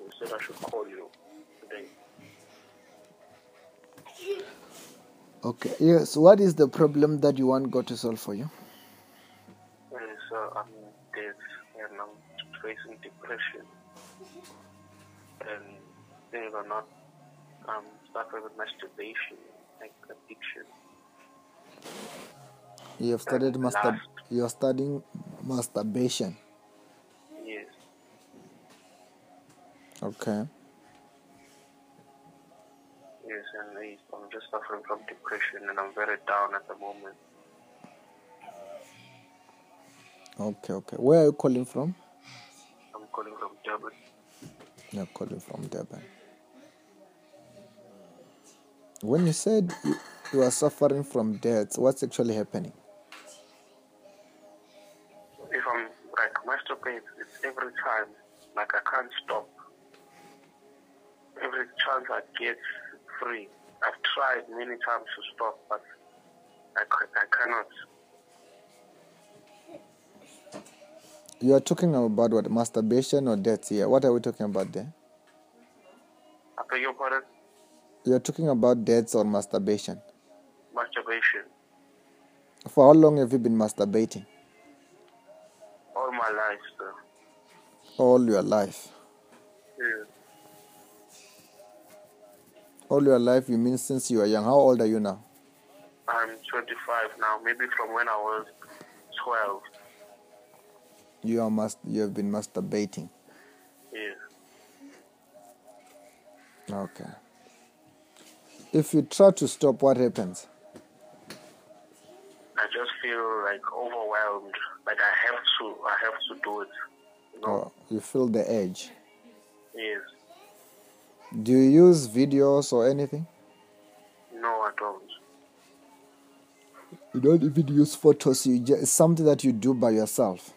I should call you today. Okay. Yes. What is the problem that you want God to solve for you? Yes, uh, I'm deaf and I'm facing depression. And they were not, um, suffer with masturbation, like addiction. You have started mastur- Last. You're studying masturbation. Yes, Okay. yes, and I- I'm just suffering from depression and I'm very down at the moment. Okay. Okay. Where are you calling from? I'm calling from Durban. You're calling from Durban. When you said you, you are suffering from death, what's actually happening? If I'm like masturbate, it's every time. Like I can't stop. Every chance I get, it's free. I've tried many times to stop, but I, c- I cannot. You are talking about what masturbation or death here? What are we talking about there? I beg your pardon. You are talking about deaths or masturbation. Masturbation. For how long have you been masturbating? All my life, sir. All your life. Yeah. All your life, you mean since you were young. How old are you now? I'm 25 now. Maybe from when I was 12. You are must. You have been masturbating. Yeah. Okay. If you try to stop, what happens? I just feel like overwhelmed. Like I have to. I have to do it. You know? Oh, you feel the edge. Yes. Do you use videos or anything? No, I don't. You don't even use photos. You just, it's something that you do by yourself.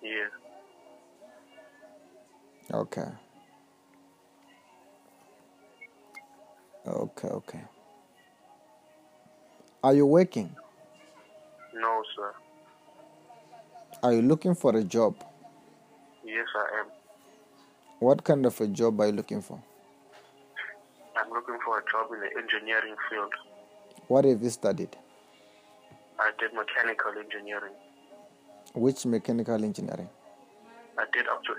Yes. Okay. Okay, okay. Are you working? No, sir. Are you looking for a job? Yes, I am. What kind of a job are you looking for? I'm looking for a job in the engineering field. What have you studied? I did mechanical engineering. Which mechanical engineering? I did up to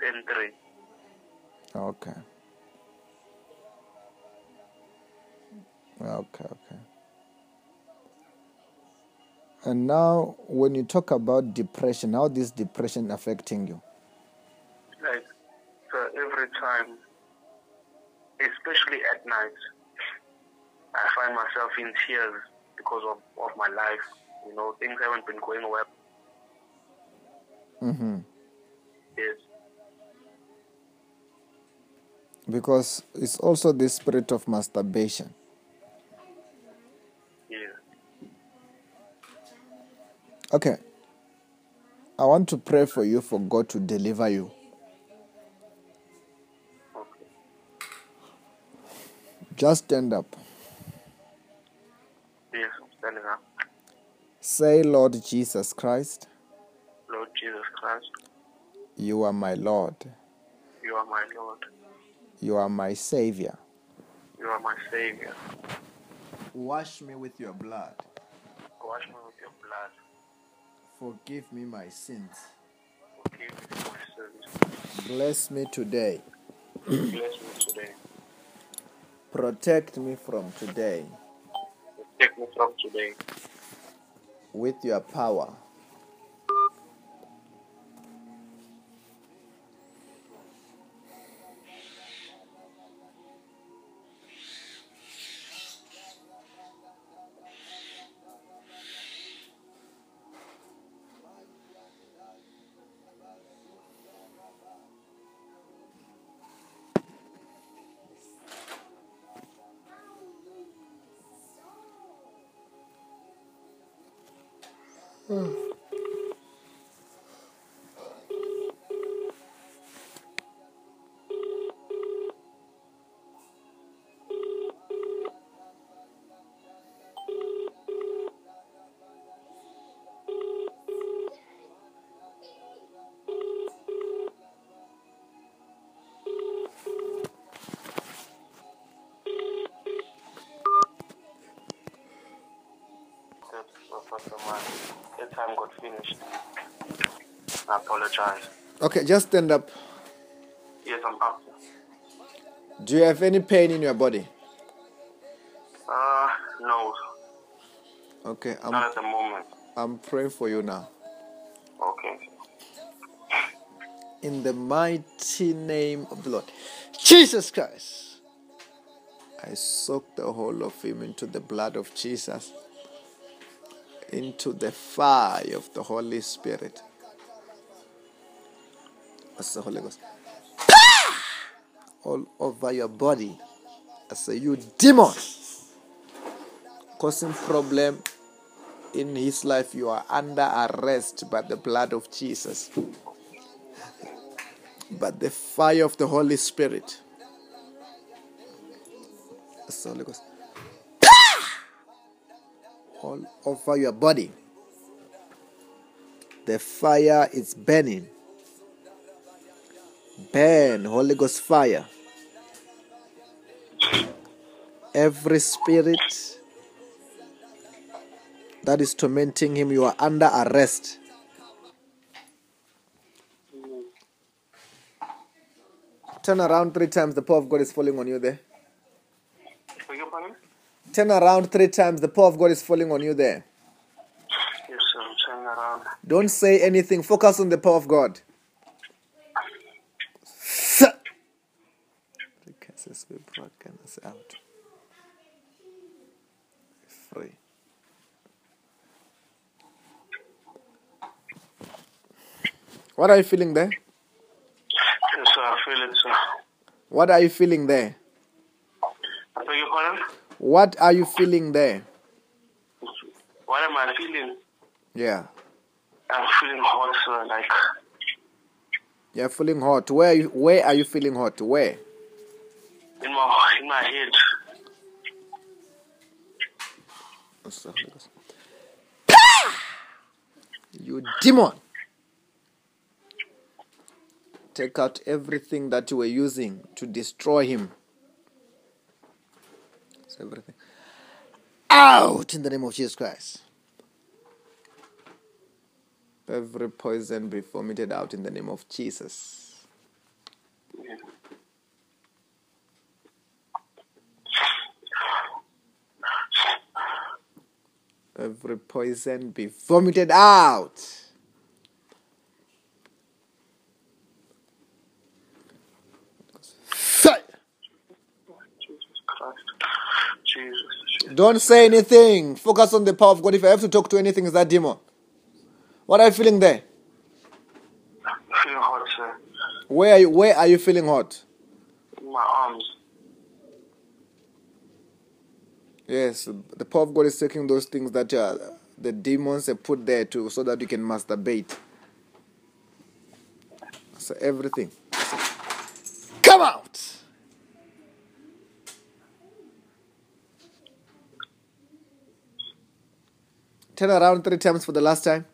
N3. Okay. Okay, okay. And now, when you talk about depression, how this depression affecting you? Like, so every time, especially at night, I find myself in tears because of, of my life. You know, things haven't been going well. Mm-hmm. Yes, Because it's also the spirit of masturbation. yes, Okay. I want to pray for you for God to deliver you. okay. Just stand up. Yes, I'm standing up. Say, Lord Jesus Christ, Lord Jesus Christ, you are my Lord. you are my Lord. You are my Savior. You are my Savior. Wash me with your blood. Wash me with your blood. Forgive me my sins. Forgive me my Bless me today. sins. Bless me today. Protect me from today Take me from today with your power. time got finished. I apologize. Okay, just stand up. Yes, I'm up. Do you have any pain in your body? Uh, no, Okay, not I'm at the moment. I'm praying for you now. Okay. In the mighty name of the Lord. Jesus Christ. I soak the whole of him into the blood of Jesus. Into the fire of the Holy Spirit. That's the Holy Ghost. All over your body. I say you demon. Causing problem in his life. You are under arrest by the blood of Jesus but the fire of the Holy Spirit. That's the Holy Ghost. Ah! All over your body. The fire is burning. Burn, Holy Ghost fire. Every spirit that is tormenting him, you are under arrest. Turn around three times. The power of God is falling on you there. Beg your pardon? Turn around three times. The power of God is falling on you there. Yes, sir, I'm turning around. Don't say anything. Focus on the power of God. The curses be broken us out. Free. What are you feeling there? Yes, sir, I feel it, sir. What are you feeling there? I beg your pardon? What are you feeling there? What am I feeling? Yeah. I'm feeling hot, sir, like You're feeling hot. Where are you, where are you feeling hot? Where? in my in my head. You demon! Take out everything that you were using to destroy him. It's everything. Out in the name of Jesus Christ. Every poison be vomited out in the name of Jesus. Every poison be vomited out. Fire! Jesus Christ. Jesus, Jesus. Don't say anything. Focus on the power of God. If I have to talk to anything, is that demon. What are you feeling there? I'm feeling hot, sir. Where are you, where are you feeling hot? In my arms. Yes, the power of God is taking those things that uh, the demons have put there too, so that you can masturbate. So everything. Come out! Turn around three times for the last time.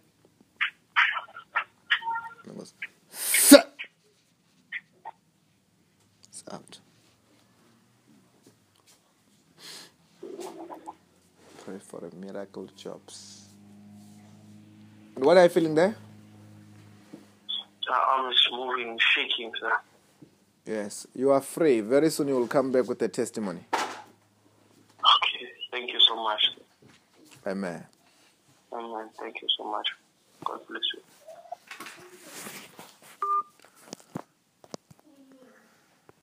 It's out. Pray for a miracle jobs. And What are you feeling there? My arm is moving, shaking, sir. Yes, you are free. Very soon you will come back with a testimony. Okay. Thank you so much. Amen. Amen. Thank you so much. God bless you.